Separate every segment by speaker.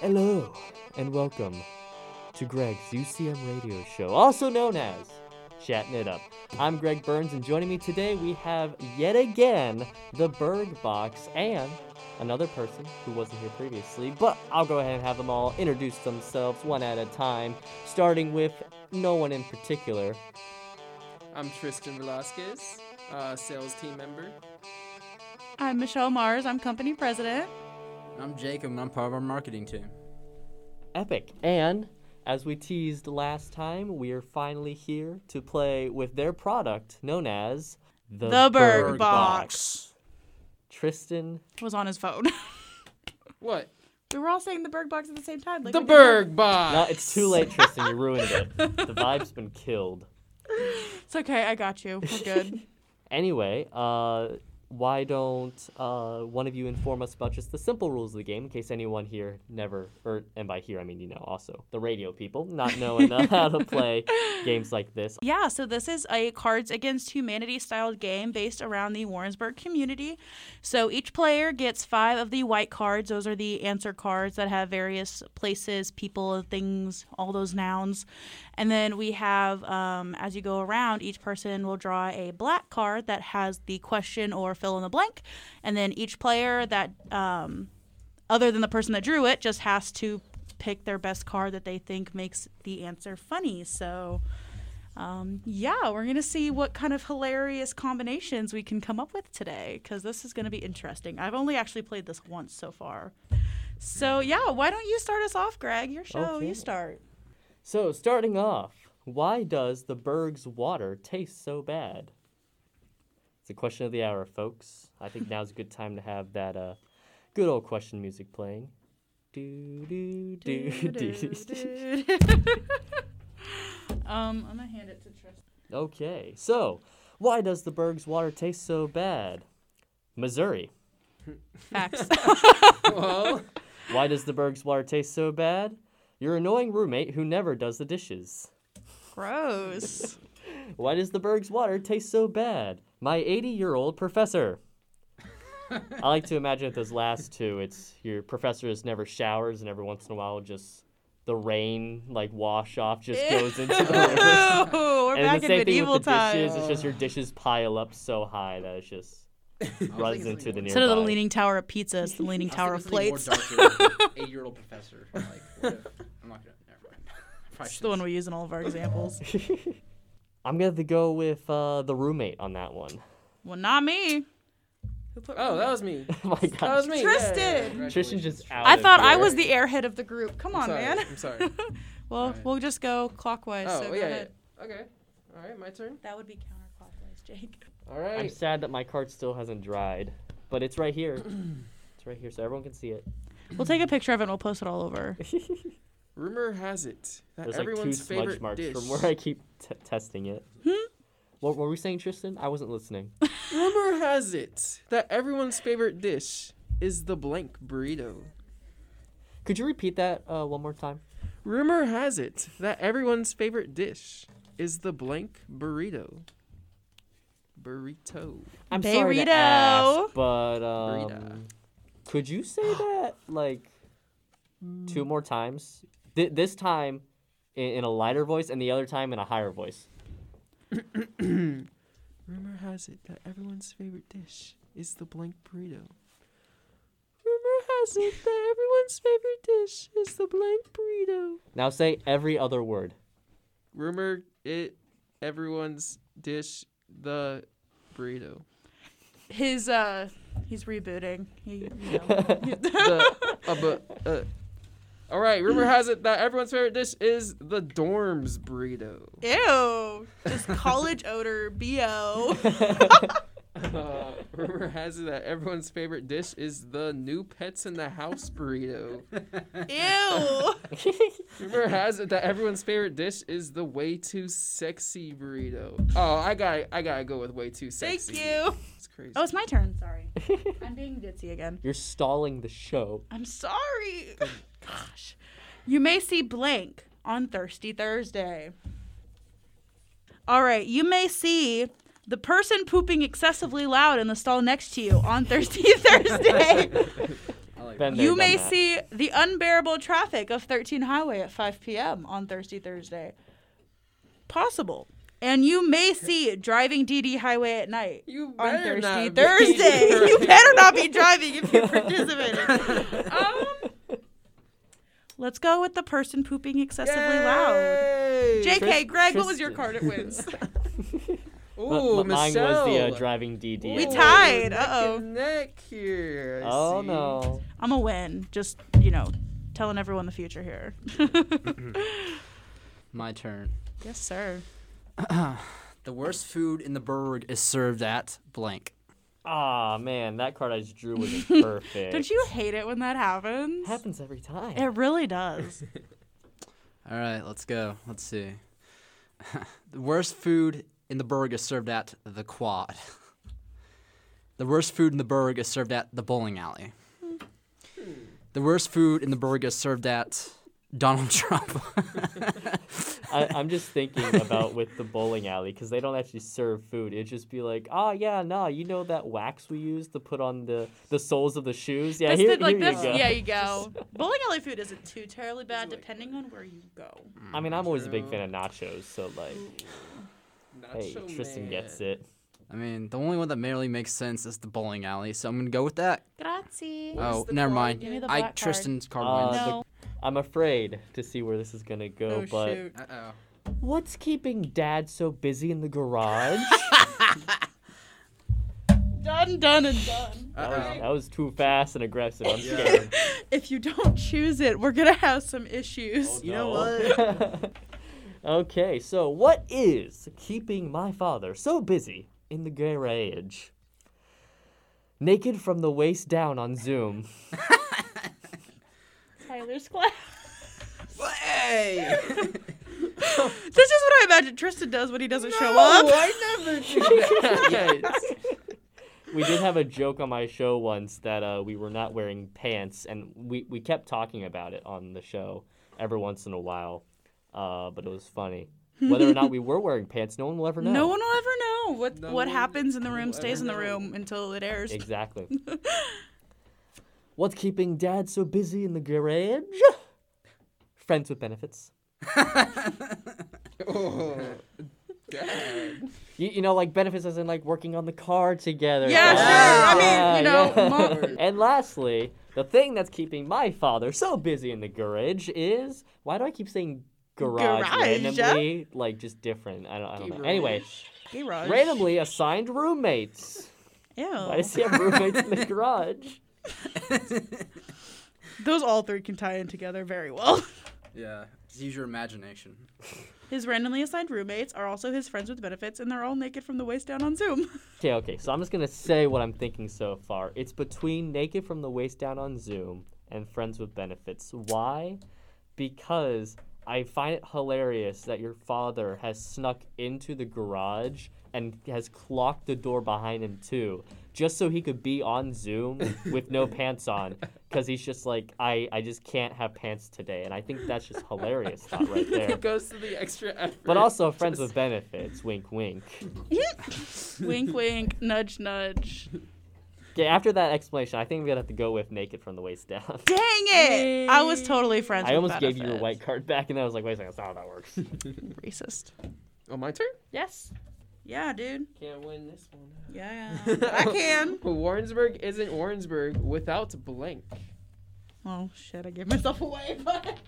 Speaker 1: Hello and welcome to Greg's UCM Radio Show, also known as Chatting It Up. I'm Greg Burns, and joining me today we have yet again the Berg Box and another person who wasn't here previously, but I'll go ahead and have them all introduce themselves one at a time, starting with no one in particular.
Speaker 2: I'm Tristan Velasquez, uh, sales team member.
Speaker 3: I'm Michelle Mars. I'm company president.
Speaker 4: I'm Jacob, and I'm part of our marketing team.
Speaker 1: Epic. And as we teased last time, we are finally here to play with their product known as the,
Speaker 3: The Berg Box.
Speaker 1: Tristan
Speaker 3: Was on his phone.
Speaker 2: What?
Speaker 3: we were all saying the Berg box at the same time. Like
Speaker 2: The
Speaker 3: we did that.
Speaker 2: Berg Box.
Speaker 1: No, it's too late, Tristan. You ruined it. The vibe's been killed.
Speaker 3: It's okay. I got you. We're good.
Speaker 1: Anyway, uh, why don't uh, one of you inform us about just the simple rules of the game in case anyone here never, or, and by here I mean, you know, also the radio people, not knowing uh, how to play games like this.
Speaker 3: yeah. So this is a Cards Against Humanity styled game based around the Warrensburg community. So each player gets five of the white cards. Those are the answer cards that have various places, people, things, all those nouns. And then we have, um, as you go around, each person will draw a black card that has the question or fill in the blank. And then each player that, um, other than the person that drew it, just has to pick their best card that they think makes the answer funny. So. Um, yeah, we're gonna see what kind of hilarious combinations we can come up with today because this is gonna be interesting. I've only actually played this once so far. So yeah, why don't you start us off, Greg? Your show,
Speaker 1: Okay.
Speaker 3: you start.
Speaker 1: So, starting off, why does the Berg's water taste so bad? It's a question of the hour, folks. I think now's a good time to have that uh, good old question music playing. Do, do, do, do,
Speaker 3: um, I'm gonna hand it to Tristan.
Speaker 1: Okay, so why does the Berg's water taste so bad? Missouri.
Speaker 3: Facts.
Speaker 2: Well,
Speaker 1: Why does the Berg's water taste so bad? Your annoying roommate who never does the dishes.
Speaker 3: Gross.
Speaker 1: Why does the Berg's water taste so bad? My 80 year old professor. I like to imagine that those last two, it's your professor just never showers, and every once in a while, just the rain, like wash off, just goes into the river.
Speaker 3: Ooh, we're
Speaker 1: And it's the
Speaker 3: back
Speaker 1: same
Speaker 3: in
Speaker 1: thing
Speaker 3: medieval
Speaker 1: with the dishes,
Speaker 3: times.
Speaker 1: it's just your dishes pile up so high that it's just runs into the nearby.
Speaker 3: Instead of the leaning tower of pizza, it's the leaning tower of plates.
Speaker 4: Eight-year-old professor. I'm like, what if- I'm not gonna. Never mind. I probably
Speaker 3: It's the one we use in all of our examples.
Speaker 1: I'm gonna have to go with uh, the roommate on that one.
Speaker 3: well, not me. Who put
Speaker 2: oh, that was me.
Speaker 1: oh my
Speaker 2: That
Speaker 1: gosh.
Speaker 2: was me.
Speaker 3: Tristan!
Speaker 2: yeah.
Speaker 1: Tristan just out.
Speaker 3: I
Speaker 1: of
Speaker 3: thought I
Speaker 1: here.
Speaker 3: was the airhead of the group. Come on,
Speaker 2: Sorry,
Speaker 3: man.
Speaker 2: I'm sorry.
Speaker 3: Well,
Speaker 2: Alright.
Speaker 3: we'll just go clockwise.
Speaker 2: Oh,
Speaker 3: so go
Speaker 2: yeah, yeah.
Speaker 3: ahead.
Speaker 2: Okay. All right, my turn.
Speaker 3: That would be counterclockwise, Jake.
Speaker 2: All
Speaker 1: I'm
Speaker 2: right.
Speaker 1: sad that my card still hasn't dried, but it's right here. it's right here, so everyone can see it.
Speaker 2: Uh,
Speaker 3: We'll take a picture of it and we'll post it all over.
Speaker 2: Rumor has it that
Speaker 1: There's like two
Speaker 2: everyone's
Speaker 1: smudge
Speaker 2: favorite
Speaker 1: marks
Speaker 2: dish. Hmm?
Speaker 1: from where I keep t- testing it. what were we saying, Tristan? I wasn't listening.
Speaker 2: Rumor has it that everyone's favorite dish is the blank burrito.
Speaker 1: Could you repeat that uh, one more time?
Speaker 2: Rumor has it that everyone's favorite dish is the blank burrito. Burrito.
Speaker 1: I'm sorry to ask,
Speaker 3: Burrito.
Speaker 1: but
Speaker 2: Burrito.
Speaker 1: um, could you say that like two more times? Th- this time in, in a lighter voice, and the other time in a higher voice.
Speaker 2: Rumor has it that everyone's favorite dish is the blank burrito. Rumor has it that everyone's favorite dish is the blank burrito.
Speaker 1: Now say every other word.
Speaker 2: Rumor it everyone's dish the burrito.
Speaker 3: His uh, he's rebooting. He, you
Speaker 2: The, uh, bu- uh. All right, rumor has it that everyone's favorite dish is the dorms burrito.
Speaker 3: know. Ew, just college odor, bo.
Speaker 2: Uh, rumor has it that everyone's favorite dish is the new pets in the house burrito.
Speaker 3: Ew.
Speaker 2: Rumor has it that everyone's favorite dish is the way too sexy burrito. Oh, I got I gotta go with way too
Speaker 3: Thank
Speaker 2: sexy.
Speaker 3: you.
Speaker 2: It's crazy.
Speaker 3: Oh, it's my turn. Sorry, I'm being ditzy again.
Speaker 1: You're stalling the show.
Speaker 3: I'm sorry. Gosh. You may see blank on Thirsty Thursday. All right. You may see the person pooping excessively loud in the stall next to you on Thirsty Thursday.
Speaker 4: I probably
Speaker 1: Been
Speaker 4: right.
Speaker 1: there.
Speaker 3: You
Speaker 1: done
Speaker 3: may
Speaker 1: that.
Speaker 3: see the unbearable traffic of 13 Highway at 5 p.m. on Thursday, Thursday. Possible. And you may see driving DD Highway at night
Speaker 2: You
Speaker 3: on
Speaker 2: better
Speaker 3: Thursday,
Speaker 2: not be
Speaker 3: Thursday. you
Speaker 2: driving.
Speaker 3: better not be driving if you're participating. um, let's go with the person pooping excessively loud.
Speaker 2: Yay!
Speaker 3: JK,
Speaker 1: Tris-
Speaker 3: Greg, what was your
Speaker 1: Tristan.
Speaker 3: card? It wins.
Speaker 1: But-
Speaker 2: Ooh,
Speaker 1: but mine was the uh,
Speaker 2: Michelle.
Speaker 1: driving DD.
Speaker 3: We
Speaker 1: at
Speaker 2: Ooh,
Speaker 1: night.
Speaker 3: tied.
Speaker 2: neck
Speaker 3: Uh-oh.
Speaker 2: and Neck here. I
Speaker 1: Oh
Speaker 2: see.
Speaker 1: no.
Speaker 3: I'm a win. Just you know, telling everyone the future here.
Speaker 4: My turn.
Speaker 3: yes, sir.
Speaker 4: The worst food in the burg is served at blank.
Speaker 1: Ah man, that card I just drew was perfect.
Speaker 3: Don't you hate it when that happens?
Speaker 1: Happens every time.
Speaker 3: It really does.
Speaker 4: All right, let's go. Let's see. the worst food in the burg is served at the quad. the worst food in the burg is served at the bowling alley. The worst food in the burg is served at Donald Trump.
Speaker 1: I, I'm just thinking about with the bowling alley because they don't actually serve food. It'd just be like, oh yeah, no, you know that wax we use to put on the the soles of the shoes. Yeah,
Speaker 3: That's
Speaker 1: here,
Speaker 3: the- like,
Speaker 1: here you
Speaker 3: that's-
Speaker 1: go.
Speaker 3: Yeah, you go. Bowling alley food isn't too terribly bad, depending on where you go.
Speaker 1: I mean, I'm always a big fan of nachos, so like, hey,
Speaker 2: Nacho
Speaker 1: Tristan
Speaker 2: man.
Speaker 1: gets it.
Speaker 4: I mean, the only one that merely makes sense is the bowling alley, so I'm gonna go with that.
Speaker 3: Grazie.
Speaker 4: oh,
Speaker 2: the
Speaker 4: never
Speaker 2: quad
Speaker 4: mind.
Speaker 3: Give me the black
Speaker 4: I
Speaker 3: card.
Speaker 4: Tristan's card
Speaker 1: Uh,
Speaker 4: wins.
Speaker 1: the-
Speaker 3: no.
Speaker 1: I'm afraid to see where this is gonna go,
Speaker 3: oh
Speaker 1: but
Speaker 3: shoot.
Speaker 4: Uh oh.
Speaker 1: what's keeping Dad so busy in the garage?
Speaker 3: Done, done, and done.
Speaker 1: that, was, that was too fast and aggressive. I'm
Speaker 4: Yeah.
Speaker 1: scared.
Speaker 3: If you don't choose it, we're gonna have some issues.
Speaker 4: You know
Speaker 1: what? okay, so what is keeping my father so busy in the garage? Naked from the waist down on Zoom.
Speaker 3: Tyler's class.
Speaker 4: Hey!
Speaker 3: this is what I imagine Tristan does when he doesn't show up.
Speaker 4: I never did that.
Speaker 1: We did have a joke on my show once that uh, we were not wearing pants, and we, we kept talking about it on the show every once in a while, uh, but it was funny. Whether or not we were wearing pants, no one will ever know.
Speaker 3: No one will ever know what
Speaker 2: No
Speaker 3: what
Speaker 2: one
Speaker 3: happens in the room
Speaker 2: will
Speaker 3: stays in
Speaker 2: ever
Speaker 3: the
Speaker 2: know.
Speaker 3: room until it airs.
Speaker 1: Exactly. What's keeping dad so busy in the garage? Friends with benefits.
Speaker 2: Oh, God.
Speaker 1: You, you know, like benefits as in like working on the car together.
Speaker 3: Yeah,
Speaker 2: sure.
Speaker 1: Yeah,
Speaker 3: I mean, you know,
Speaker 1: yeah.
Speaker 3: mom-
Speaker 1: and lastly, the thing that's keeping my father so busy in the garage is why do I keep saying garage,
Speaker 3: Garage,
Speaker 1: randomly? Like just different. I don't, I don't know. Anyway,
Speaker 3: Garage.
Speaker 1: randomly assigned roommates. Why
Speaker 3: Ew.
Speaker 1: does he have roommates in the garage?
Speaker 3: Those all three can tie in together very well.
Speaker 4: Yeah, just use your imagination.
Speaker 3: His randomly assigned roommates are also his friends with benefits, and they're all naked from the waist down on Zoom.
Speaker 1: Okay, okay. So I'm just gonna say what I'm thinking so far. It's between naked from the waist down on Zoom and friends with benefits. Why? Because I find it hilarious that your father has snuck into the garage and has clocked the door behind him too, just so he could be on Zoom with no pants on. Because he's just like, I, I just can't have pants today, and I think that's just hilarious thought right there.
Speaker 2: It goes to the extra effort.
Speaker 1: But also friends with benefits. Wink, wink.
Speaker 3: wink, wink, nudge, nudge.
Speaker 1: Okay, after that explanation, I think I'm gonna have to go with naked from the waist down.
Speaker 3: Dang it! I was totally friends.
Speaker 1: I
Speaker 3: with
Speaker 1: almost gave you your
Speaker 3: benefits.
Speaker 1: white card back, and then I was like, wait a second, that's not how that works.
Speaker 3: Racist.
Speaker 2: Oh, my turn?
Speaker 3: Yes. Yeah, dude.
Speaker 2: Can't win this one.
Speaker 3: Yeah, I can.
Speaker 2: Warrensburg isn't Warrensburg without blank.
Speaker 3: Oh shit! I gave myself away, but.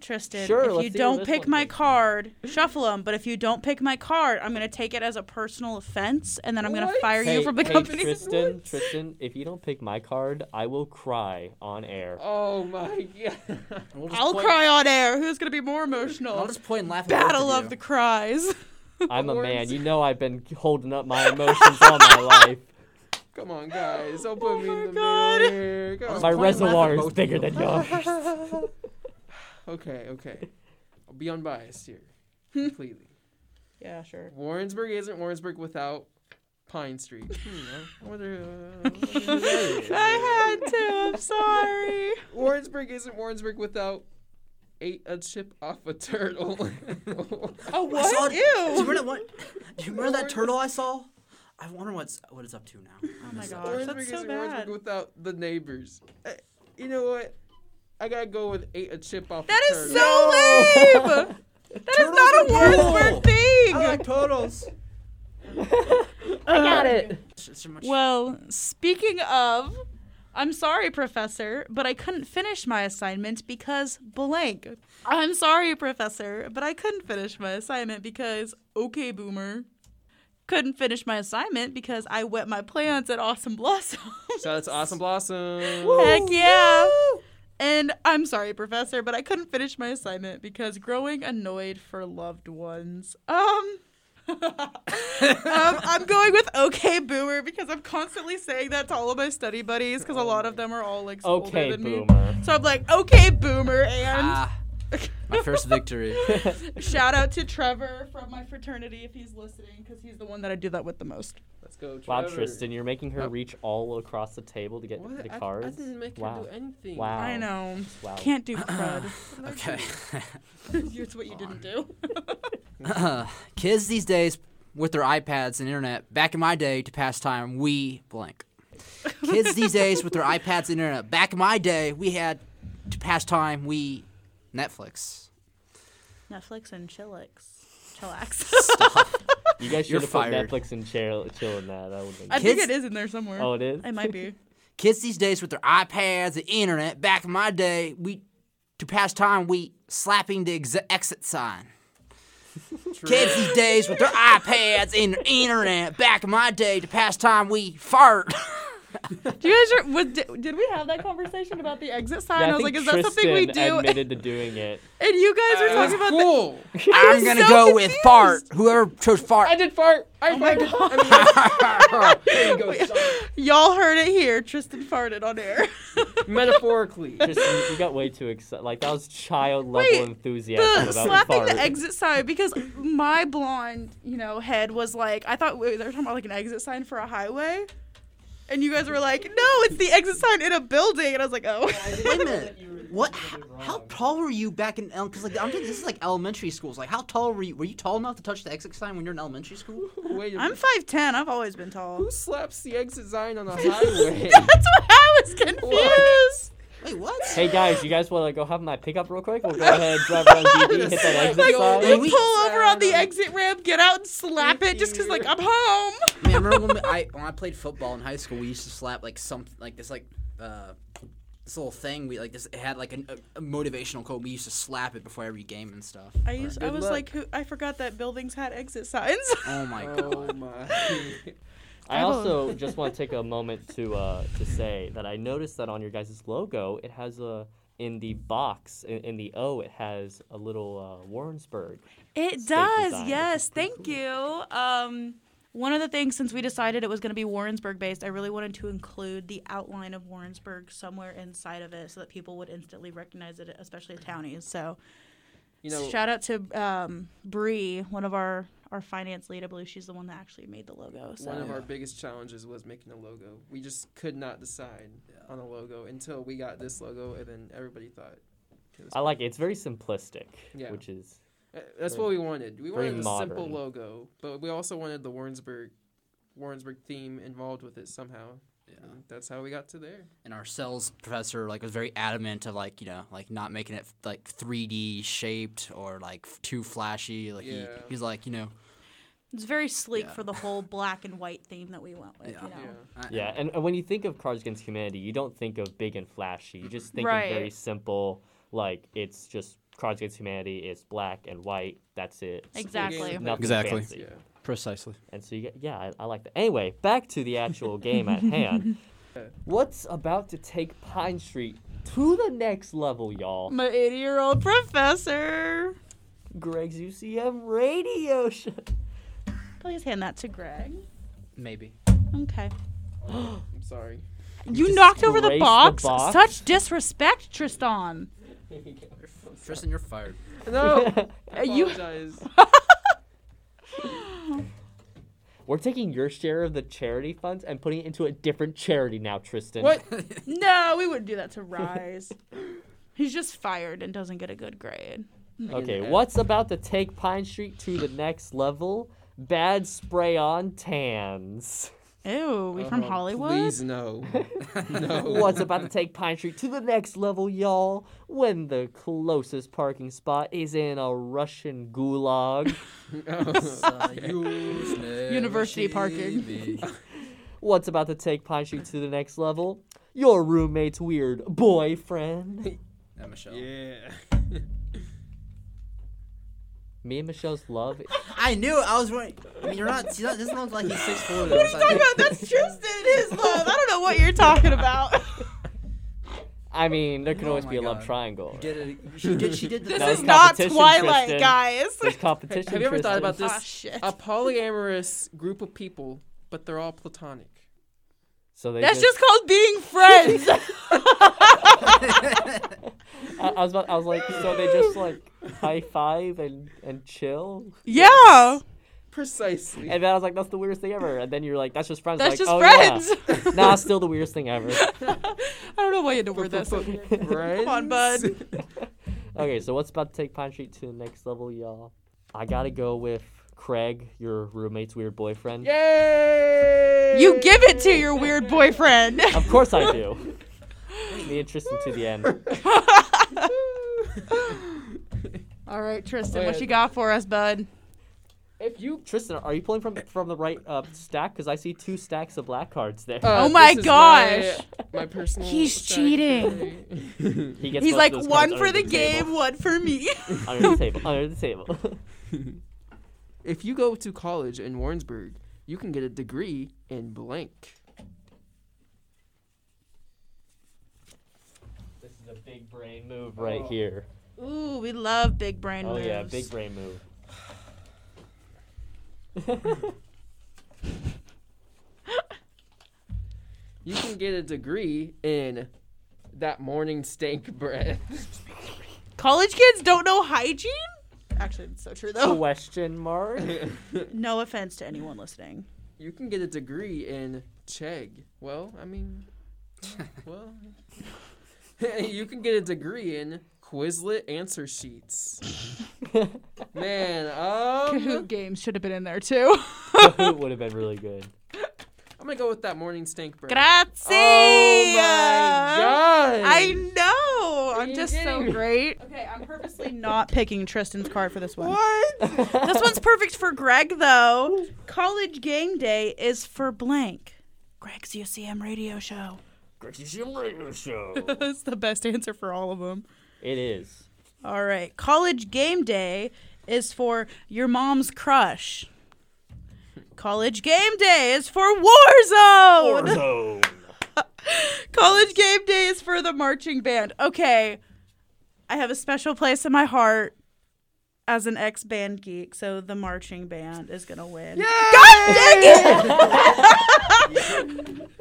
Speaker 3: Tristan,
Speaker 1: Sure,
Speaker 3: if
Speaker 1: let's
Speaker 3: you
Speaker 1: see what
Speaker 3: don't
Speaker 1: this
Speaker 3: pick
Speaker 1: one
Speaker 3: my
Speaker 1: thinks.
Speaker 3: card, shuffle them. But if you don't pick my card, I'm gonna take it as a personal offense, and then I'm gonna
Speaker 2: What?
Speaker 3: fire you from the
Speaker 1: hey,
Speaker 3: company.
Speaker 1: Tristan, Tristan, if you don't pick my card, I will cry on air.
Speaker 2: Oh, my God.
Speaker 4: We'll just
Speaker 3: I'll
Speaker 4: point-
Speaker 3: cry on air. Who's gonna be more
Speaker 4: I'll
Speaker 3: emotional?
Speaker 4: just point and laugh. at both
Speaker 3: Battle of
Speaker 4: you.
Speaker 3: the cries.
Speaker 1: I'm a man.
Speaker 2: Lawrence.
Speaker 1: You know I've been holding up my emotions all my life.
Speaker 2: Come on, guys. Don't put
Speaker 3: Oh
Speaker 2: me
Speaker 3: my
Speaker 2: in the
Speaker 3: God.
Speaker 2: middle here. Come
Speaker 1: My
Speaker 2: on.
Speaker 4: Point and laugh at
Speaker 1: reservoir
Speaker 4: both
Speaker 1: is
Speaker 4: of
Speaker 1: bigger
Speaker 4: you.
Speaker 1: than yours.
Speaker 2: Okay, okay. I'll be unbiased here. Completely.
Speaker 3: Yeah, sure.
Speaker 2: Warrensburg isn't Warrensburg without Pine Street. Hmm, I wonder, uh, I wonder who that is.
Speaker 3: I had to. I'm sorry.
Speaker 2: Warrensburg isn't Warrensburg without ate a chip off a turtle.
Speaker 3: Oh
Speaker 4: I saw-
Speaker 3: what?
Speaker 4: Do you
Speaker 3: Ew. Oh
Speaker 4: remember that one? Do you remember that turtle I saw? I wonder what's what it's up to now. I
Speaker 3: Oh my
Speaker 4: miss that
Speaker 3: gosh.
Speaker 4: place.
Speaker 2: Orange
Speaker 3: that's
Speaker 2: Burgers
Speaker 3: so
Speaker 2: and Orange
Speaker 3: bad.
Speaker 2: Burger without the neighbors. Uh, you know what? I gotta go with ate a chip off.
Speaker 3: That
Speaker 2: a
Speaker 3: is
Speaker 2: turtle.
Speaker 3: so lame. That is
Speaker 4: Turtles
Speaker 3: not a
Speaker 4: are cool.
Speaker 3: Warrensburg thing.
Speaker 4: I like turtles.
Speaker 1: I got it.
Speaker 4: It's- it's so much-
Speaker 3: Well, speaking of, I'm sorry, Professor, but I couldn't finish my assignment because blank. I'm sorry, Professor, but I couldn't finish my assignment because, okay, Boomer. Couldn't finish my assignment because I wet my plants at Awesome Blossom.
Speaker 2: Shout out to Awesome Blossom.
Speaker 3: Heck yeah. And I'm sorry, Professor, but I couldn't finish my assignment because growing annoyed for loved ones. Um. um, I'm going with okay boomer because I'm constantly saying that to all of my study buddies because a lot of them are all like so
Speaker 1: Okay,
Speaker 3: older than me.
Speaker 1: boomer.
Speaker 3: So I'm like okay boomer and
Speaker 4: Ah, my first victory.
Speaker 3: shout out to Trevor from my fraternity if he's listening because he's the one that I do that with the most.
Speaker 2: Let's go, Trevor.
Speaker 1: Wow, Tristan, you're making her
Speaker 2: Oh.
Speaker 1: reach all across the table to get
Speaker 2: What?
Speaker 1: the
Speaker 2: I-
Speaker 1: cards.
Speaker 2: I, didn't make her
Speaker 1: Wow.
Speaker 2: do anything.
Speaker 1: Wow.
Speaker 3: I know
Speaker 1: Wow.
Speaker 3: can't do crud.
Speaker 4: okay.
Speaker 3: Here's what you didn't do.
Speaker 4: Kids these days with their iPads and internet. Back in my day, to pass time, we blank. Kids these days with their iPads and internet. Back in my day, we had to pass time. We Netflix.
Speaker 3: Netflix and Chillax. Chillax.
Speaker 1: You guys
Speaker 4: You're
Speaker 1: should have put
Speaker 4: fired.
Speaker 1: Netflix and chill, chill in that. That would
Speaker 3: I
Speaker 1: have
Speaker 3: think
Speaker 4: Kids-
Speaker 3: it is in there somewhere.
Speaker 1: been. Oh, it is.
Speaker 3: It might be.
Speaker 4: Kids these days with their iPads and internet. Back in my day, we to pass time we slapping the ex- exit sign. Kids these days with their iPads and their internet. Back in my day, to pass time we fart.
Speaker 3: Do you guys re- was, did, did we have that conversation about the exit sign?
Speaker 1: Yeah,
Speaker 3: I was like,
Speaker 1: think
Speaker 3: is that something we
Speaker 1: Tristan
Speaker 3: do?
Speaker 1: admitted to doing it.
Speaker 3: And you guys were
Speaker 2: That's
Speaker 3: talking about the
Speaker 2: cool.
Speaker 4: I'm gonna
Speaker 3: so
Speaker 4: go with fart.
Speaker 3: confused.
Speaker 4: Whoever chose fart.
Speaker 2: I did fart.
Speaker 3: Oh
Speaker 2: I farted. I mean, there you go. son.
Speaker 3: Y'all heard it here. Tristan farted on air.
Speaker 2: Metaphorically.
Speaker 1: Tristan, you- you got way too excited. Like that was child level
Speaker 3: Wait,
Speaker 1: enthusiasm
Speaker 3: the
Speaker 1: about
Speaker 3: slapping
Speaker 1: fart.
Speaker 3: the exit sign because my blonde, you know, head was like, I thought wait, they were talking about like an exit sign for a highway. And you guys were like, no, it's the exit sign in a building. And I was like, oh.
Speaker 4: Wait a minute. What? How tall were you back in? Because like I'm thinking this is like elementary schools. Like how tall were you? Were you tall enough to touch the exit sign when you're in elementary school?
Speaker 2: Wait a
Speaker 3: I'm
Speaker 2: minute.
Speaker 3: 5'10. I've always been tall.
Speaker 2: Who slaps the exit sign on the highway?
Speaker 3: That's why I was confused.
Speaker 4: Wait, what?
Speaker 1: Hey guys, you guys want to go have my pickup real quick? We'll go ahead, drive around DB, hit that exit
Speaker 2: Like,
Speaker 1: sign.
Speaker 4: like-
Speaker 3: Like
Speaker 4: we-
Speaker 3: pull over on the
Speaker 2: Saturday.
Speaker 3: exit ramp, get out and slap it, just cause like I'm home.
Speaker 4: Man, I remember when we- I when I played football in high school, we used to slap like something like this like uh this little thing. We like this it had like an, a, a motivational quote. We used to slap it before every game and stuff.
Speaker 3: I used, I
Speaker 2: Good
Speaker 3: was
Speaker 2: luck.
Speaker 3: like, who, I forgot that buildings had exit signs.
Speaker 4: Oh my god.
Speaker 2: Oh my.
Speaker 1: I
Speaker 3: I've
Speaker 1: also just want to take a moment to uh, to say that I noticed that on your guys' logo, it has a in the box in, in the O, it has a little uh, Warrensburg.
Speaker 3: It
Speaker 1: Steak
Speaker 3: does,
Speaker 1: design.
Speaker 3: yes. Thank you. Um, one of the things since we decided it was going to be Warrensburg based, I really wanted to include the outline of Warrensburg somewhere inside of it, so that people would instantly recognize it, especially townies. So
Speaker 2: You know,
Speaker 3: shout out to um, Bree, one of our our finance lead. I believe she's the one that actually made the logo. So
Speaker 2: one of our biggest challenges was making a logo. We just could not decide on a logo until we got this logo, and then everybody thought. It was
Speaker 1: I like it. It's very simplistic,
Speaker 2: Yeah.
Speaker 1: which is
Speaker 2: Uh, That's what we wanted. We
Speaker 1: very
Speaker 2: wanted a simple
Speaker 1: modern.
Speaker 2: logo, but we also wanted the Warrensburg, Warrensburg theme involved with it somehow. And that's how we got to there.
Speaker 4: And our sales professor like was very adamant of like you know like not making it like 3D shaped or like f- too flashy. Like he,
Speaker 2: Yeah.
Speaker 4: he's like you know.
Speaker 3: it's very sleek
Speaker 4: Yeah.
Speaker 3: for the whole black and white theme that we went with.
Speaker 4: Yeah.
Speaker 3: You know?
Speaker 2: Yeah.
Speaker 4: I-
Speaker 1: Yeah, and, and when you think of Cards Against Humanity, you don't think of big and flashy. You just think of very
Speaker 3: Right.
Speaker 1: simple, like it's just Cards Against Humanity. It's black and white. That's it.
Speaker 3: Exactly.
Speaker 1: Nothing
Speaker 4: Exactly.
Speaker 1: fancy.
Speaker 2: Yeah.
Speaker 4: Precisely.
Speaker 1: And so you get, yeah, I, I like that. Anyway, back to the actual game at hand. What's about to take Pine Street to the next level, y'all?
Speaker 3: My 80 year old professor.
Speaker 1: Greg's UCM radio show.
Speaker 3: Please hand that to Greg.
Speaker 4: Maybe.
Speaker 3: Okay.
Speaker 2: I'm sorry.
Speaker 3: You knocked over the
Speaker 1: Disgrace the
Speaker 3: box?
Speaker 1: box?
Speaker 3: Such disrespect, Tristan.
Speaker 4: Tristan, you're fired.
Speaker 2: No. I
Speaker 3: you-
Speaker 2: apologize.
Speaker 1: We're taking your share of the charity funds and putting it into a different charity now, Tristan.
Speaker 2: What?
Speaker 3: No, we wouldn't do that to Rise. He's just fired and doesn't get a good grade.
Speaker 1: Okay,
Speaker 2: Yeah.
Speaker 1: what's about to take Pine Street to the next level? bad spray on tans.
Speaker 3: Ew, we from
Speaker 2: Oh,
Speaker 3: Hollywood?
Speaker 2: Please no. no.
Speaker 1: Uh-huh. What's about to take Pine Street to the next level, y'all? When the closest parking spot is in a Russian gulag.
Speaker 4: Uh,
Speaker 3: University parking.
Speaker 1: What's about to take Pine Street to the next level? Your roommate's weird boyfriend.
Speaker 4: Yeah, Michelle.
Speaker 2: Yeah.
Speaker 1: Me and Michelle's love.
Speaker 4: I knew. I was wondering. I mean, you're not. It doesn't look like he's six four.
Speaker 3: Talk about that's Tristan and his love. I don't know what you're talking about.
Speaker 1: I mean, there can
Speaker 4: Oh
Speaker 1: always
Speaker 4: my
Speaker 1: be a love
Speaker 4: God.
Speaker 1: triangle.
Speaker 4: Did it, she did. She did the.
Speaker 3: This
Speaker 1: That was
Speaker 3: is not
Speaker 1: competition,
Speaker 3: Twilight,
Speaker 1: Tristan.
Speaker 3: guys.
Speaker 1: There's competition.
Speaker 2: Have you ever thought about
Speaker 1: Tristan.
Speaker 2: this?
Speaker 3: Ah, shit.
Speaker 2: A polyamorous group of people, but they're all platonic.
Speaker 1: So they
Speaker 3: That's just called being friends.
Speaker 1: I, I was about, I was like, so they just like high five and and chill.
Speaker 3: yeah.
Speaker 2: Precisely.
Speaker 1: And then I was like, that's the weirdest thing ever. And then you're like, that's just friends.
Speaker 3: That's
Speaker 1: like,
Speaker 3: just
Speaker 1: oh,
Speaker 3: friends.
Speaker 1: Yeah. nah, still the weirdest thing ever.
Speaker 3: I don't know why you had to word that. so-
Speaker 2: Come
Speaker 3: on, bud.
Speaker 1: Okay, so what's about to take Pine Street to the next level, y'all? I gotta go with Craig, your roommate's weird boyfriend.
Speaker 2: Yay!
Speaker 3: You give it to your weird boyfriend.
Speaker 1: Of course I do. Me and Tristan to the end.
Speaker 2: Uh,
Speaker 3: All right, Tristan,
Speaker 2: Oh,
Speaker 3: what
Speaker 2: yeah.
Speaker 3: you got for us, bud?
Speaker 2: If you.
Speaker 1: Tristan, are you pulling from from the right uh, stack? Because I see two stacks of black cards there.
Speaker 2: Uh,
Speaker 3: Oh my
Speaker 2: this is
Speaker 3: gosh.
Speaker 2: My, my personal.
Speaker 3: He's
Speaker 2: secretary.
Speaker 1: he gets most
Speaker 3: He's
Speaker 1: of
Speaker 3: like
Speaker 1: those
Speaker 3: one
Speaker 1: cards
Speaker 3: for
Speaker 1: under
Speaker 3: the game,
Speaker 1: table.
Speaker 3: one for me.
Speaker 1: under the table. Under the table.
Speaker 2: if you go to college in Warrensburg, you can get a degree in blank.
Speaker 1: this is a big brain move right here.
Speaker 3: Ooh, we love big brain
Speaker 1: Oh
Speaker 3: moves.
Speaker 1: yeah, big brain move.
Speaker 2: You can get a degree in that morning stank breath.
Speaker 3: College kids don't know hygiene? Actually, it's so true though.
Speaker 1: Question mark.
Speaker 3: No offense to anyone listening.
Speaker 2: you can get a degree in Chegg. Well, I mean, well, you can get a degree in Quizlet answer sheets. Man, um,
Speaker 1: Oh,
Speaker 3: Kahoot games should have been in there too.
Speaker 1: It would have been really good.
Speaker 2: I'm gonna go with that morning stank breath.
Speaker 3: Grazie.
Speaker 2: Oh my god!
Speaker 3: I know. I'm
Speaker 2: you
Speaker 3: just so
Speaker 2: kidding me?
Speaker 3: great. Okay, I'm purposely not picking Tristan's card for this one.
Speaker 2: what?
Speaker 3: This one's perfect for Greg though. College game day is for blank. Greg's UCM radio show. That's the best answer for all of them.
Speaker 1: It is.
Speaker 3: All right. College game day is for your mom's crush. College game day is for Warzone.
Speaker 1: Warzone.
Speaker 3: College game day is for the marching band. Okay. I have a special place in my heart as an ex band geek, so the marching band is going to win. God dang it!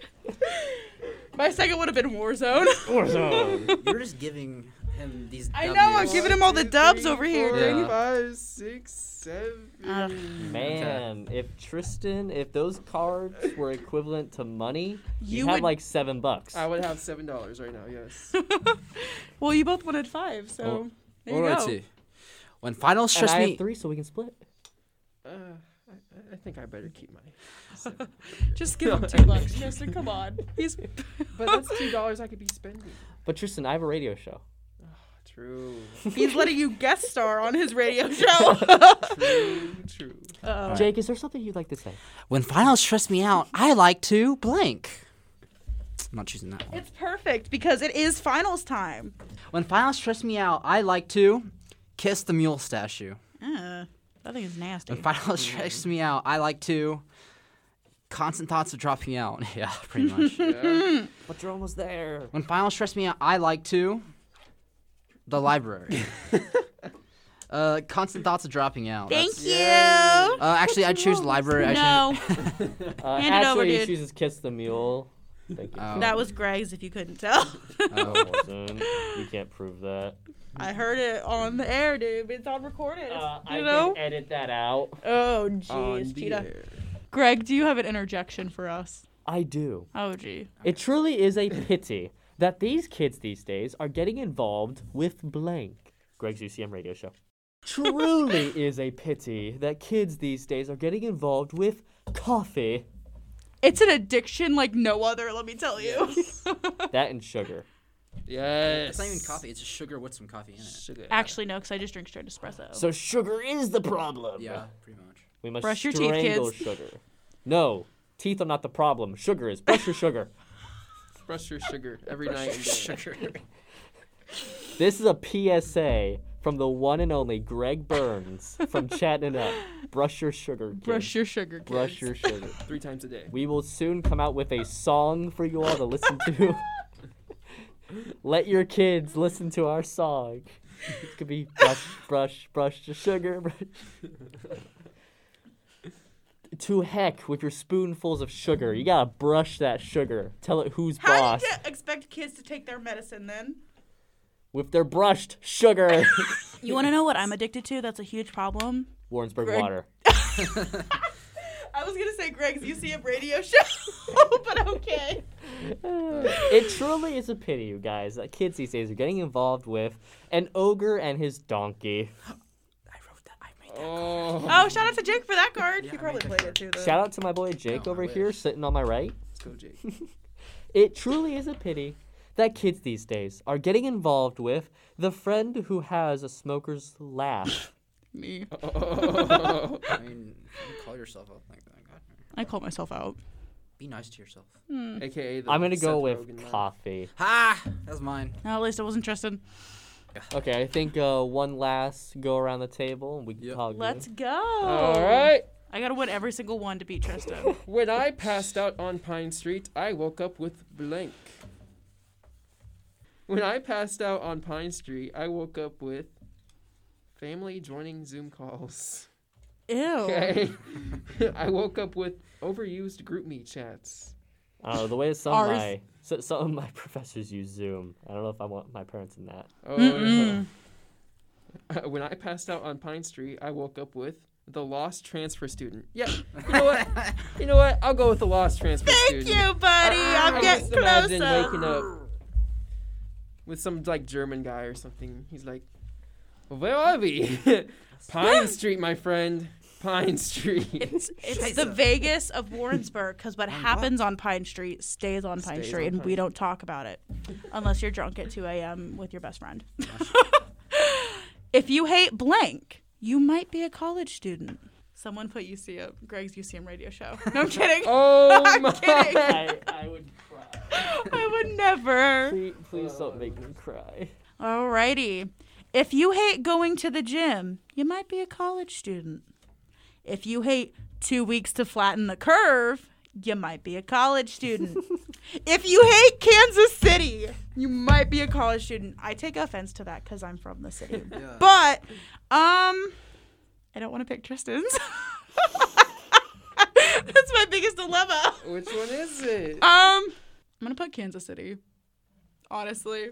Speaker 3: my second would have been Warzone.
Speaker 1: Warzone.
Speaker 4: You're just giving him these.
Speaker 3: I know, I'm
Speaker 4: W's.
Speaker 3: giving him all the dubs over here,
Speaker 2: Four,
Speaker 4: dude.
Speaker 2: five, six, seven.
Speaker 1: Man, if Tristan, if those cards were equivalent to money, you,
Speaker 3: You
Speaker 1: had
Speaker 3: would-
Speaker 1: like seven bucks.
Speaker 2: I would have seven dollars right now. Yes.
Speaker 3: Well, you both wanted five, so
Speaker 4: Well,
Speaker 3: there
Speaker 4: Oh, All
Speaker 3: you
Speaker 4: right,
Speaker 3: go.
Speaker 4: see. When finals
Speaker 1: and
Speaker 4: stress
Speaker 1: I
Speaker 4: me,
Speaker 1: have three, so we can split.
Speaker 2: uh, I, I think I better keep mine.
Speaker 3: Just give him two bucks, Tristan. Come on. He's
Speaker 2: But that's two dollars I could be spending.
Speaker 1: But Tristan, I have a radio show.
Speaker 2: True.
Speaker 3: he's letting you guest star on his radio show.
Speaker 2: True. True.
Speaker 3: Uh,
Speaker 1: Jake, is there something you'd like to say?
Speaker 4: when finals stress me out, I like to blank. I'm not choosing that one.
Speaker 3: it's perfect because it is finals time.
Speaker 4: When finals stress me out, I like to kiss the mule statue.
Speaker 3: Uh, that thing is nasty.
Speaker 4: When finals stress me out, I like to constant thoughts of dropping out. Yeah, pretty much.
Speaker 1: But you're almost there.
Speaker 4: when finals stress me out, I like to the library. uh, constant thoughts of dropping out.
Speaker 3: Thank
Speaker 4: That's-
Speaker 3: you. Oh,
Speaker 4: Uh, actually, I choose library. I choose-
Speaker 3: No,
Speaker 1: Uh,
Speaker 3: Hand it over,
Speaker 1: actually,
Speaker 3: dude.
Speaker 1: she just kissed the mule. Thank you.
Speaker 4: Oh.
Speaker 3: that was Greg's. If you couldn't tell,
Speaker 4: Oh.
Speaker 1: Warzone. You can't prove that.
Speaker 3: I heard it on the air, dude. It's on recorded.
Speaker 1: Uh,
Speaker 3: you
Speaker 1: I
Speaker 3: know.
Speaker 1: can edit that out.
Speaker 3: Oh,
Speaker 2: On
Speaker 3: jeez,
Speaker 2: the
Speaker 3: cheetah.
Speaker 2: air.
Speaker 3: Greg, do you have an interjection for us?
Speaker 1: I do.
Speaker 3: Oh, gee.
Speaker 1: It truly is a pity that these kids these days are getting involved with blank. Greg's UCM radio show. truly is a pity that kids these days are getting involved with coffee.
Speaker 3: It's an addiction like no other, let me tell you.
Speaker 1: That and sugar.
Speaker 2: Yes.
Speaker 4: It's not even coffee. It's just sugar with some coffee in it.
Speaker 2: Sugar.
Speaker 3: Actually, no, because I just drink straight espresso.
Speaker 1: So sugar is the problem.
Speaker 4: Yeah, pretty much.
Speaker 1: We must
Speaker 3: Brush your teeth,
Speaker 1: strangle
Speaker 3: kids.
Speaker 1: sugar. No, teeth are not the problem. Sugar is. Brush your sugar.
Speaker 2: Brush your sugar every night. and day.
Speaker 4: sugar.
Speaker 1: This is a PSA from the one and only Greg Burns from Chatting It Up. Brush your sugar. Kids.
Speaker 3: Brush your sugar, kids.
Speaker 1: Brush your sugar.
Speaker 2: Three times a day.
Speaker 1: We will soon come out with a song for you all to listen to. Let your kids listen to our song. It could be brush, brush, brush the sugar. Brush. to heck with your spoonfuls of sugar. You gotta brush that sugar. Tell it who's
Speaker 3: How
Speaker 1: boss
Speaker 3: do you expect kids to take their medicine then?
Speaker 1: with their brushed sugar.
Speaker 3: You want to know what I'm addicted to? That's a huge problem.
Speaker 1: Warrensburg
Speaker 3: Greg-
Speaker 1: water.
Speaker 3: I was gonna say Greg's UCM radio show, but okay.
Speaker 1: it truly is a pity, you guys, that kids these days are getting involved with an ogre and his donkey.
Speaker 4: I wrote that. I made that.
Speaker 2: Oh.
Speaker 3: Oh, shout out to Jake for that card. he
Speaker 4: I
Speaker 3: probably
Speaker 4: mean,
Speaker 3: played it too. Though.
Speaker 1: Shout out to my boy Jake
Speaker 4: Oh, I
Speaker 1: over
Speaker 4: wish.
Speaker 1: here, sitting on my right.
Speaker 2: Let's go, Jake.
Speaker 1: It truly is a pity that kids these days are getting involved with the friend who has a smoker's laugh.
Speaker 3: me.
Speaker 2: Oh.
Speaker 4: I mean, if you call yourself up like that. God,
Speaker 3: I call myself out.
Speaker 4: be nice to yourself.
Speaker 2: AKA the
Speaker 1: I'm gonna go
Speaker 2: Seth
Speaker 1: with
Speaker 2: Rogen laugh.
Speaker 1: coffee.
Speaker 4: Ha! That was mine.
Speaker 3: No, at least I wasn't Tristan.
Speaker 1: Okay, I think uh, one last go around the table and we can
Speaker 4: Yep.
Speaker 1: call it good.
Speaker 3: Let's go.
Speaker 2: All right.
Speaker 3: I gotta win every single one to beat Tristan.
Speaker 2: When I passed out on Pine Street, I woke up with blank. When I passed out on Pine Street, I woke up with family joining Zoom calls.
Speaker 3: Ew.
Speaker 2: Okay. I woke up with overused group me chats.
Speaker 1: Uh, the way some of
Speaker 3: Ours.
Speaker 1: my so, some of my professors use Zoom. I don't know if I want my parents in that.
Speaker 2: Oh,
Speaker 3: Mm-mm.
Speaker 2: uh, when I passed out on Pine Street, I woke up with the lost transfer student. Yeah, you know what? You know what? I'll go with the lost transfer
Speaker 3: Thank
Speaker 2: student.
Speaker 3: you, buddy.
Speaker 2: Ah, I
Speaker 3: I'm getting
Speaker 2: just imagine waking
Speaker 3: closer.
Speaker 2: up with some like German guy or something. He's like, "Where are we? Pine Street, my friend. Pine Street."
Speaker 3: It's, it's the Vegas of Warrensburg because what happens on Pine Street Uh-huh. stays on Pine
Speaker 2: Stays
Speaker 3: Street,
Speaker 2: on
Speaker 3: and we
Speaker 2: Pine.
Speaker 3: don't talk about it unless you're drunk at 2 a.m. with your best friend. if you hate blank, you might be a college student. Someone put UCM, Greg's UCM radio show. No, I'm kidding.
Speaker 2: oh
Speaker 3: I'm
Speaker 2: my!
Speaker 3: kidding.
Speaker 1: I, I would cry.
Speaker 3: I would never.
Speaker 1: Please, please don't make me cry.
Speaker 3: Alrighty. If you hate going to the gym, you might be a college student. If you hate two weeks to flatten the curve, you might be a college student. if you hate Kansas City, you might be a college student. I take offense to that because I'm from the city.
Speaker 4: Yeah.
Speaker 3: But um I don't want to pick Tristan's. That's my biggest dilemma.
Speaker 2: Which one is it?
Speaker 3: Um, I'm gonna put Kansas City. Honestly,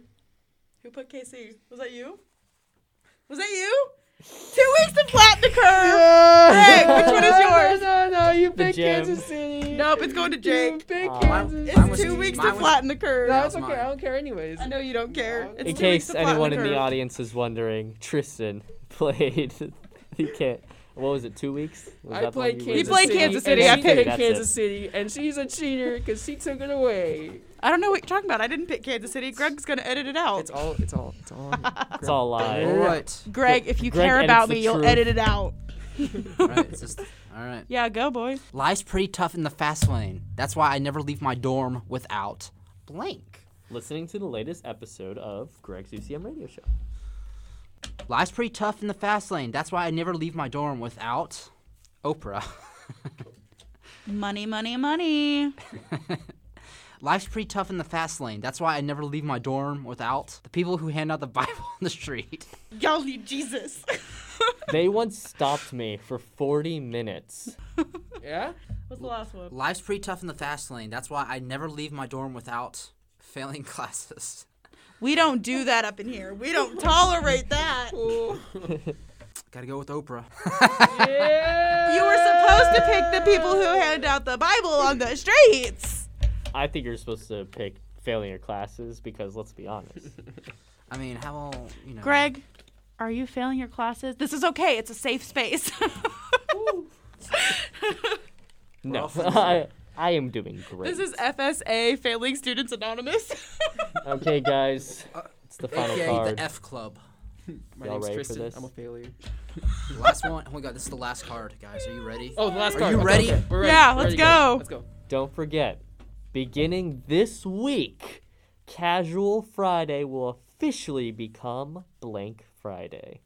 Speaker 3: who put KC? Was that you? Was that you? Two weeks to flatten the curve. Hey, which one is yours?
Speaker 2: No, no, no, you picked
Speaker 1: gem.
Speaker 2: Kansas City.
Speaker 3: Nope, it's going to
Speaker 2: you
Speaker 3: Jake.
Speaker 2: picked
Speaker 1: Aw.
Speaker 2: Kansas.
Speaker 4: Mine
Speaker 3: It's
Speaker 4: was-
Speaker 3: two weeks to
Speaker 4: mine was-
Speaker 3: flatten the
Speaker 2: No,
Speaker 3: curve.
Speaker 4: that
Speaker 2: it's
Speaker 4: was
Speaker 2: okay.
Speaker 4: mine.
Speaker 2: I don't care anyways.
Speaker 3: I know you don't care. It's
Speaker 1: In
Speaker 3: two weeks
Speaker 1: case
Speaker 3: to flatten
Speaker 1: anyone
Speaker 3: the
Speaker 1: in
Speaker 3: curve.
Speaker 1: the audience is wondering, Tristan played. he can't. What was it? Two weeks? Was
Speaker 2: I
Speaker 1: that the one
Speaker 2: played
Speaker 1: you were-
Speaker 2: Kansas City.
Speaker 3: He played Kansas City.
Speaker 2: and
Speaker 3: I
Speaker 2: she
Speaker 3: picked-
Speaker 2: picked
Speaker 1: That's
Speaker 2: Kansas
Speaker 1: it.
Speaker 2: City, and she's a cheater because she took it away.
Speaker 3: I don't know what you're talking about. I didn't pick Kansas City. Greg's gonna edit it out.
Speaker 2: It's all. It's all. It's all.
Speaker 1: It's all
Speaker 4: All
Speaker 1: live.
Speaker 4: right.
Speaker 3: Greg, if you
Speaker 1: Greg
Speaker 3: care
Speaker 1: edits
Speaker 3: about
Speaker 1: the
Speaker 3: me, you'll
Speaker 1: truth.
Speaker 3: edit it out.
Speaker 4: all right. It's just, all right.
Speaker 3: Yeah, go boy.
Speaker 4: Life's pretty tough in the fast lane. That's why I never leave my dorm without blank.
Speaker 1: Listening to the latest episode of Greg's UCM radio show.
Speaker 4: Life's pretty tough in the fast lane. That's why I never leave my dorm without Oprah.
Speaker 3: Money, money, money.
Speaker 4: Life's pretty tough in the fast lane. That's why I never leave my dorm without the people who hand out the Bible on the street.
Speaker 3: Y'all need Jesus.
Speaker 1: They once stopped me for 40 minutes.
Speaker 2: yeah.
Speaker 3: What's the last one?
Speaker 4: Life's pretty tough in the fast lane. That's why I never leave my dorm without failing classes.
Speaker 3: We don't do that up in here. We don't tolerate that.
Speaker 2: Ooh.
Speaker 4: Gotta go with Oprah.
Speaker 2: yeah.
Speaker 3: You were supposed to pick the people who hand out the Bible on the streets.
Speaker 1: I think you're supposed to pick failing your classes because let's be honest.
Speaker 4: I mean, how all you know?
Speaker 3: Greg, Are you failing your classes? This is okay. It's a safe space.
Speaker 1: No, I, I am doing great.
Speaker 3: this is FSA Failing Students Anonymous.
Speaker 1: okay, guys. It's the final
Speaker 4: AKA
Speaker 1: card.
Speaker 4: the F Club.
Speaker 2: My
Speaker 1: Y'all
Speaker 2: name's
Speaker 1: ready for
Speaker 2: Tristan.
Speaker 1: this?
Speaker 2: I'm a failure.
Speaker 4: last one. Oh my god, this is the last card, guys. Are you ready?
Speaker 2: Oh, the last
Speaker 4: Are
Speaker 2: card.
Speaker 4: you
Speaker 2: Okay,
Speaker 4: ready?
Speaker 2: okay. We're ready.
Speaker 3: Yeah,
Speaker 2: We're
Speaker 3: let's
Speaker 2: ready, guys.
Speaker 3: go.
Speaker 2: Let's go.
Speaker 1: Don't forget, beginning this week, Casual Friday will officially become Blank Friday.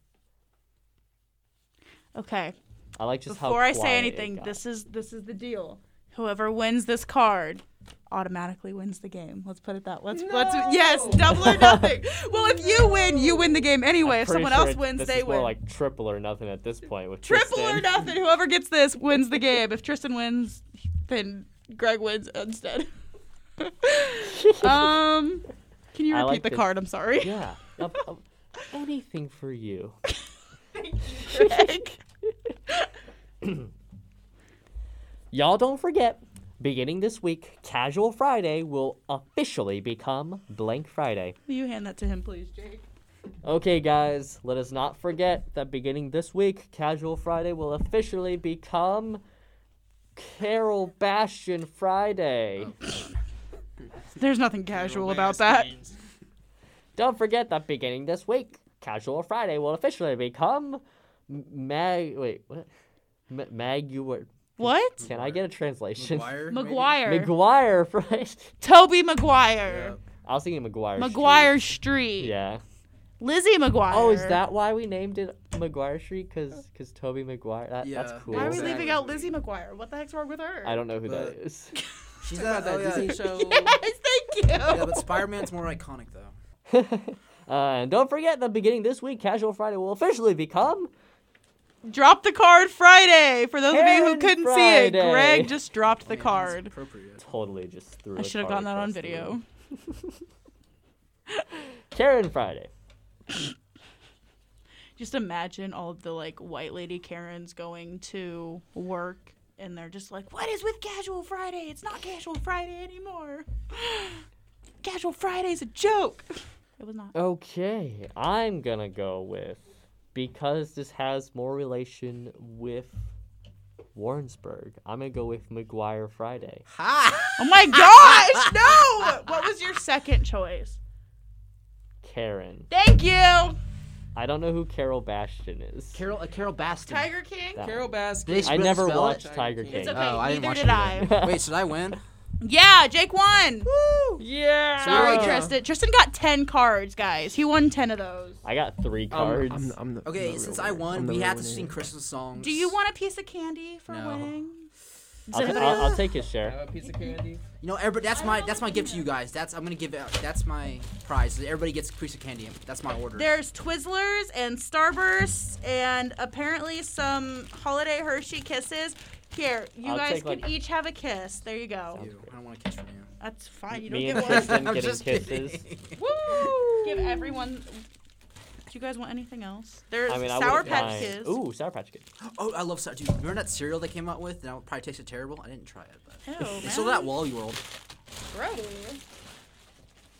Speaker 3: okay.
Speaker 1: I like just how
Speaker 3: Before I
Speaker 1: quiet
Speaker 3: say
Speaker 1: it
Speaker 3: anything,
Speaker 1: got.
Speaker 3: this is this is the deal. Whoever wins this card automatically wins the game. Let's put it that. Let's let's yes, double or nothing. well, if you win, you win the game anyway. if
Speaker 1: Pretty
Speaker 3: someone
Speaker 1: sure
Speaker 3: else
Speaker 1: it-
Speaker 3: wins,
Speaker 1: this
Speaker 3: they
Speaker 1: is more
Speaker 3: win.
Speaker 1: like triple or nothing at this point with
Speaker 3: Triple
Speaker 1: Tristan.
Speaker 3: or nothing. Whoever gets this wins the game. If Tristan wins, then Greg wins instead. um, can you
Speaker 1: I
Speaker 3: repeat
Speaker 1: like
Speaker 3: the
Speaker 1: this.
Speaker 3: card? I'm sorry.
Speaker 1: Yeah. Up- up- anything for you.
Speaker 3: Greg.
Speaker 1: Y'all don't forget, beginning this week, Casual Friday will officially become Blank Friday.
Speaker 3: Will you hand that to him, please, Jake?
Speaker 1: Okay, guys, let us not forget that beginning this week, Casual Friday will officially become Carol Bastion Friday.
Speaker 4: Oh.
Speaker 3: There's nothing casual about that.
Speaker 1: Don't forget that beginning this week, Casual Friday will officially become M- Mag. Wait, what? M- Mag, you were.
Speaker 3: What?
Speaker 1: Can I get a translation?
Speaker 4: Maguire. maybe?
Speaker 3: McGuire.
Speaker 1: McGuire, right?
Speaker 3: Toby McGuire.
Speaker 1: I was thinking McGuire. Street.
Speaker 3: McGuire Street.
Speaker 1: Yeah.
Speaker 3: Lizzie McGuire.
Speaker 1: Oh, is that why we named it McGuire Street? Cause, cause Toby McGuire. That,
Speaker 4: Yeah.
Speaker 1: That's cool.
Speaker 3: Why are we
Speaker 4: Exactly.
Speaker 3: leaving out Lizzie McGuire? What the heck's wrong with her?
Speaker 1: I don't know who that
Speaker 4: But-
Speaker 1: is.
Speaker 4: She's
Speaker 2: Talk
Speaker 4: not
Speaker 2: about that Disney show.
Speaker 3: Yes, thank you.
Speaker 4: Yeah, but Spider Man's more iconic though.
Speaker 1: Uh, and don't forget that beginning this week, Casual Friday will officially become.
Speaker 3: Drop the card Friday. For those of you who
Speaker 1: Karen
Speaker 3: couldn't see
Speaker 1: Friday.
Speaker 3: it, Greg just dropped the
Speaker 4: Yeah, that's
Speaker 3: card.
Speaker 4: Appropriate.
Speaker 1: Totally just threw.
Speaker 3: I should have gotten that on video.
Speaker 1: Karen Friday.
Speaker 3: Just imagine all of the like white lady Karens going to work and they're just like, "What is with Casual Friday? It's not Casual Friday anymore. Casual Friday's a joke." It was not.
Speaker 1: Okay, I'm gonna go with because this has more relation with Warrensburg. I'm gonna go with McGuire Friday.
Speaker 4: Ha!
Speaker 3: Oh my gosh! No. What was your second choice?
Speaker 1: Karen.
Speaker 3: Thank you.
Speaker 1: I don't know who Carol Bastion is.
Speaker 4: Carol, uh, Carol Baskin.
Speaker 3: Tiger King.
Speaker 1: That
Speaker 2: Carol
Speaker 1: one.
Speaker 4: They
Speaker 2: Baskin.
Speaker 1: I
Speaker 4: Really
Speaker 1: never
Speaker 4: spell it?
Speaker 1: watched Tiger
Speaker 2: Tiger
Speaker 1: King.
Speaker 2: King.
Speaker 3: It's okay.
Speaker 4: Oh, I didn't
Speaker 3: Neither
Speaker 4: watch
Speaker 3: did
Speaker 4: it
Speaker 3: I.
Speaker 4: Wait, should I win?
Speaker 3: Yeah, Jake won.
Speaker 1: Yeah.
Speaker 3: Sorry,
Speaker 2: Yeah.
Speaker 3: Tristan. Tristan got ten cards, guys. He won ten of those.
Speaker 1: I got three
Speaker 2: Um, I'm,
Speaker 1: cards.
Speaker 2: I'm, I'm the,
Speaker 4: Okay,
Speaker 2: I'm the
Speaker 4: since
Speaker 2: real
Speaker 4: I
Speaker 2: winner. I'm
Speaker 4: won,
Speaker 2: the
Speaker 4: we
Speaker 2: real
Speaker 4: have to
Speaker 2: winner.
Speaker 4: sing Christmas songs.
Speaker 3: Do you want a piece of candy for
Speaker 4: No.
Speaker 3: winning? Does
Speaker 1: I'll,
Speaker 3: anybody
Speaker 1: I'll-
Speaker 3: else?
Speaker 1: I'll take his
Speaker 2: I
Speaker 1: share.
Speaker 2: have a Uh, piece of candy.
Speaker 4: You know, everybody. That's my that's my gift to you guys. That's I'm gonna give out. That's my prize. Everybody gets a piece of candy. That's my order.
Speaker 3: There's Twizzlers and Starbursts and apparently some holiday Hershey kisses. Here, you
Speaker 1: I'll
Speaker 3: guys
Speaker 1: take,
Speaker 3: can
Speaker 1: like-
Speaker 3: each have a kiss. There you go.
Speaker 4: You. I don't want to kiss from you.
Speaker 3: That's fine. You don't
Speaker 1: Me
Speaker 3: get
Speaker 1: and
Speaker 3: one.
Speaker 1: Tristan
Speaker 4: I'm
Speaker 1: getting
Speaker 4: just kidding.
Speaker 1: kisses.
Speaker 3: Woo! Give everyone. Do you guys want anything else? There's
Speaker 1: I mean, I
Speaker 3: Sour
Speaker 1: would
Speaker 3: Patch
Speaker 1: mind.
Speaker 3: Kids.
Speaker 1: Ooh, Sour Patch Kids.
Speaker 4: Oh, I love sour. Dude, remember that cereal they came out with? Now it probably tasted terrible. I didn't try it, but
Speaker 3: Ew,
Speaker 4: they
Speaker 3: Oh, man.
Speaker 4: sold it at Wally World.
Speaker 3: Gross.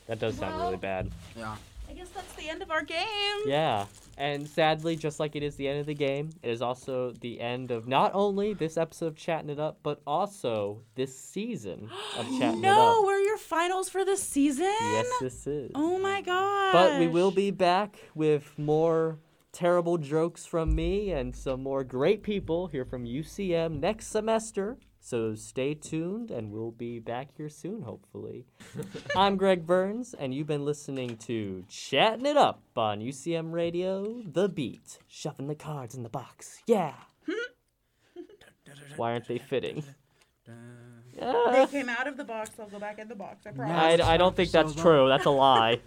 Speaker 1: That does sound really
Speaker 3: Well-
Speaker 1: bad.
Speaker 4: Yeah.
Speaker 3: I guess that's the end of our game.
Speaker 1: Yeah. And sadly, just like it is the end of the game, it is also the end of not only this episode of Chatting It Up, but also this season of Chatting
Speaker 3: No,
Speaker 1: It Up.
Speaker 3: we're your finals for this season.
Speaker 1: Yes, this is.
Speaker 3: Oh my god.
Speaker 1: But we will be back with more terrible jokes from me and some more great people here from UCM next semester. So stay tuned and we'll be back here soon, hopefully. I'm Greg Burns, and you've been listening to Chatting It Up on UCM Radio, The Beat, shoving the cards in the box. Yeah. Why aren't they fitting?
Speaker 3: They came out of the box. They'll go back in the box. I promise.
Speaker 1: I, I don't think that's
Speaker 4: So long.
Speaker 1: true. That's a lie.